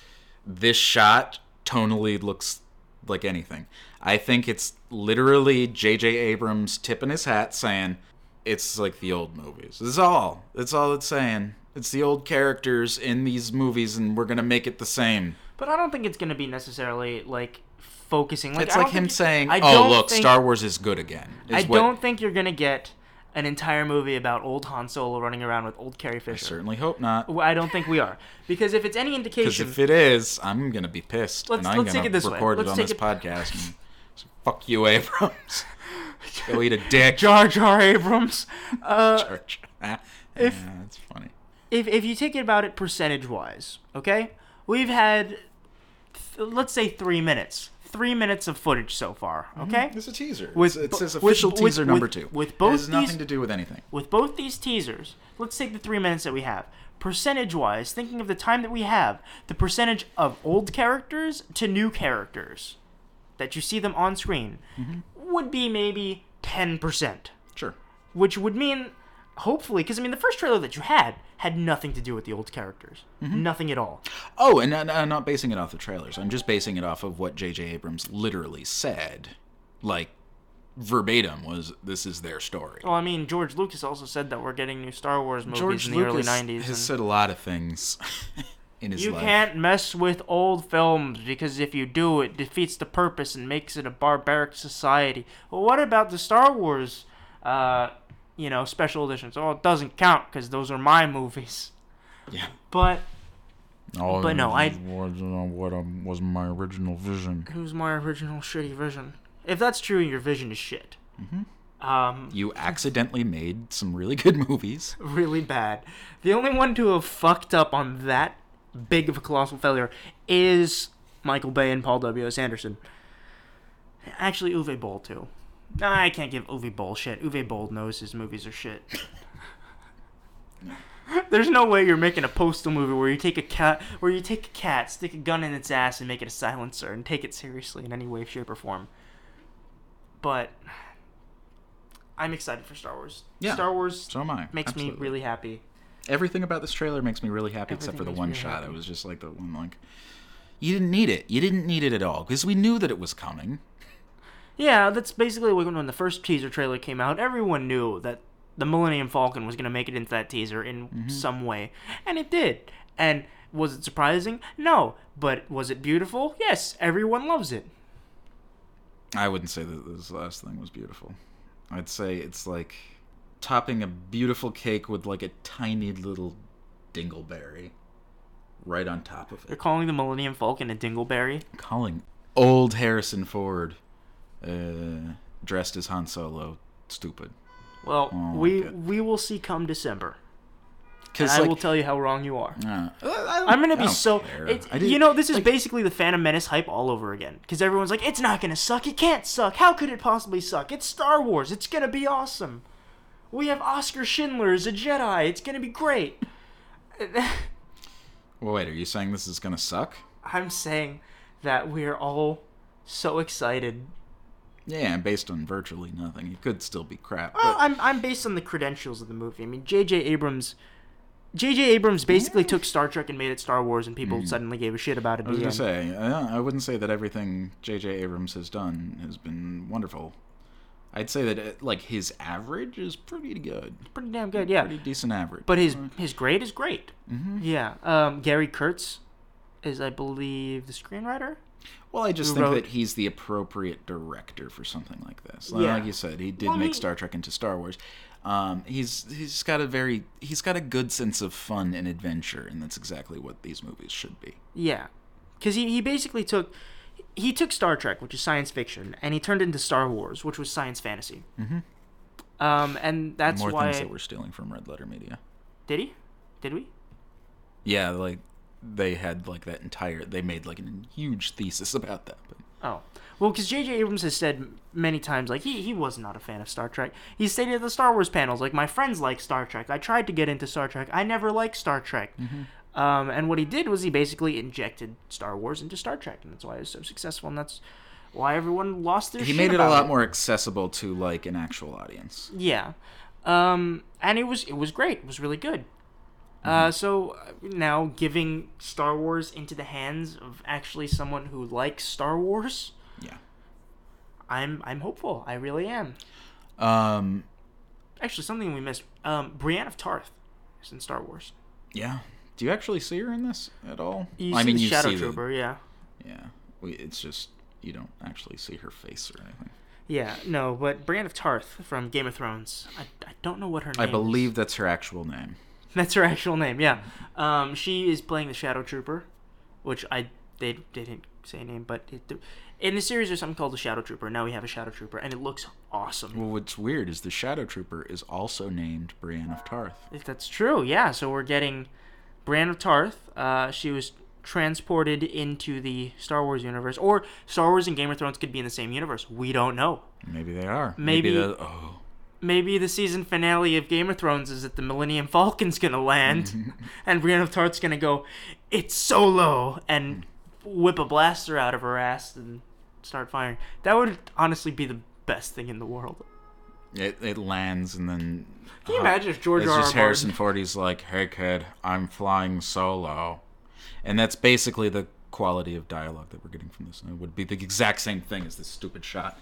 this shot tonally looks like anything. I think it's literally J.J. Abrams tipping his hat, saying it's like the old movies. That's all. That's all it's saying. It's the old characters in these movies, and we're gonna make it the same.
But I don't think it's gonna be necessarily like focusing. Like,
It's
I
like
don't
him
think-
saying,
I
"Oh,
don't
look,
think-
Star Wars is good again."
I
is what-
don't think you're gonna get an entire movie about old Han Solo running around with old Carrie
I
Fisher.
certainly hope not.
Well, I don't think we are, because if it's any
Because
indication,
if it is, I'm gonna be pissed,
Let's-
and I'm
let's
gonna
take it this way.
record it
Let's
on
take
this
it-
*laughs* podcast. And say, Fuck you, Abrams. *laughs* Go eat a dick, *laughs*
Jar Jar Abrams, uh,
Church. Ah, yeah, that's funny.
if if you take it about it percentage wise, okay, we've had th- let's say three minutes, three minutes of footage so far, okay.
It's a teaser.
With
it's,
bo-
it says
with-
official
with-
teaser number
with-
two.
with
it
both
has nothing
these-
to do with anything.
with both these teasers, let's take the three minutes that we have. Percentage wise, thinking of the time that we have, the percentage of old characters to new characters that you see them on screen
Mm-hmm.
would be maybe 10%,
Sure.
which would mean, hopefully, because I mean, the first trailer that you had had nothing to do with the old characters,
Mm-hmm.
nothing at all.
Oh, and I- I'm not basing it off the trailers. I'm just basing it off of what J.J. Abrams literally said, like verbatim. Was this is their story?
Well, I mean, George Lucas also said that we're getting new Star Wars movies
George
in the
Lucas
early 90s. and-
has said a lot of things *laughs* in his
You
life.
can't mess with old films because if you do, it defeats the purpose and makes it a barbaric society. Well, what about the Star Wars, uh, you know, special editions? Oh, it doesn't count because those are my movies. *laughs*
Yeah.
But
All
But no, I-
what um, was my original vision.
who's my original shitty vision? If that's true, your vision is shit. Mm-hmm. Um,
You accidentally made some really good *laughs* movies.
*laughs* really bad. The only one to have fucked up on that big of a colossal failure is Michael Bay and Paul W. S. Anderson. Actually, Uwe Boll too. Nah, I can't give Uwe Boll shit. Uwe Boll knows his movies are shit. *laughs* There's no way you're making a postal movie where you take a cat, where you take a cat, stick a gun in its ass, and make it a silencer, and take it seriously in any way, shape, or form. But I'm excited for Star Wars.
Yeah.
Star Wars
So am I.
makes
Absolutely.
me really happy.
Everything about this trailer makes me really happy, except
Everything
for the
makes
one
me really
shot.
happy.
It was just like the one like, you didn't need it. You didn't need it at all because we knew that it was coming.
Yeah, that's basically when when the first teaser trailer came out. Everyone knew that the Millennium Falcon was going to make it into that teaser in some way, and it did. And was it surprising? No. But was it beautiful? Yes. Everyone loves it.
I wouldn't say that this last thing was beautiful. I'd say it's like topping a beautiful cake with like a tiny little dingleberry right on top of it.
They're calling the Millennium Falcon a dingleberry.
calling old Harrison Ford uh, dressed as Han Solo stupid.
Well,
my
we
God.
we will see come December. And
Because
I will tell you how wrong you are. Uh, *laughs* I'm
I'm
gonna be so. It's, you know, this is basically the Phantom Menace hype all over again. Because everyone's like, "It's not gonna suck. It can't suck. How could it possibly suck? It's Star Wars. It's gonna be awesome. We have Oscar Schindler as a Jedi. It's gonna be great."
Well, wait, are you saying this is gonna suck?
I'm saying that we're all so excited.
Yeah, based on virtually nothing, it could still be crap.
Well,
But
I'm I'm based on the credentials of the movie. I mean, J.J. Abrams. J.J. Abrams basically took Star Trek and made it Star Wars, and people suddenly gave a shit about it.
Mm. I was gonna say, I I wouldn't say that everything J.J. Abrams has done has been wonderful. I'd say that uh, like his average is pretty good,
pretty damn good, yeah.
pretty decent average.
But his
Mm-hmm.
his grade is great. Yeah. Um, Gary Kurtz is, I believe, the screenwriter.
Well, I just
who
think
wrote-
that he's the appropriate director for something like this. Like,
Yeah.
like you said, he did
Well, I
make
mean-
Star Trek into Star Wars. Um, he's he's got a very he's got a good sense of fun and adventure, and that's exactly what these movies should be.
Yeah, because he, he basically took he took Star Trek, which is science fiction, and he turned it into Star Wars, which was science fantasy. Mm-hmm. Um, and that's
More
why
things that we're stealing from Red Letter Media.
did he? Did we?
Yeah, like they had like that entire they made like a huge thesis about that. But
Oh. Well, because J.J. Abrams has said m- many times, like, he, he was not a fan of Star Trek. He stated at the Star Wars panels, like, my friends like Star Trek. I tried to get into Star Trek. I never liked Star Trek.
Mm-hmm.
Um, and what he did was he basically injected Star Wars into Star Trek, and that's why it was so successful, and that's why everyone lost their
he
shit
made it a
about
lot more accessible to like an actual audience.
Yeah. Um, and it was it was great. It was really good.
Mm-hmm.
Uh, so uh, now giving Star Wars into the hands of actually someone who likes Star Wars,
Yeah.
I'm I'm hopeful. I really am.
Um
Actually, something we missed. Um, Brienne of Tarth is in Star Wars.
yeah. Do you actually see her in this at all?
You see the Shadow Trooper, yeah,
Yeah. We, it's just you don't actually see her face or anything.
yeah. No, but Brienne of Tarth from Game of Thrones. I, I don't know what her name.
I
is.
believe that's her actual name.
*laughs* that's her actual name. Yeah, um, she is playing the Shadow Trooper, which I they, they didn't say a name, but it, in the series there's something called the Shadow Trooper. Now we have a Shadow Trooper, and it looks awesome.
Well, what's weird is the Shadow Trooper is also named Brienne of Tarth.
If that's true, yeah. So we're getting Brienne of Tarth. Uh, she was transported into the Star Wars universe, or Star Wars and Game of Thrones could be in the same universe. We don't know.
Maybe they are.
Maybe-
the, oh.
maybe the season finale of Game of Thrones is that the Millennium Falcon's gonna
*laughs*
land, and Brienne of Tarth's gonna go, "It's Solo," and whip a blaster out of her ass and start firing. That would honestly be the best thing in the world.
It, it lands and then.
Can you imagine if George
It's
R. R.
Uh-huh. just Harrison
Martin?
Ford. He's like, "Hey kid, I'm flying solo," and that's basically the quality of dialogue that we're getting from this. And it would be the exact same thing as this stupid shot.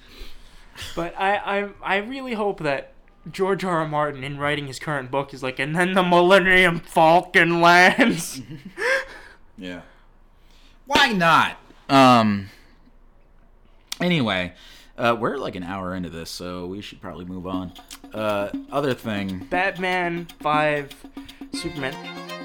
But I, I, I really hope that. George R. R. Martin, in writing his current book, is like, and then the Millennium Falcon lands.
Yeah. Why not? Um. Anyway, uh, we're like an hour into this, so we should probably move on. Uh, other thing.
Batman 5, Superman.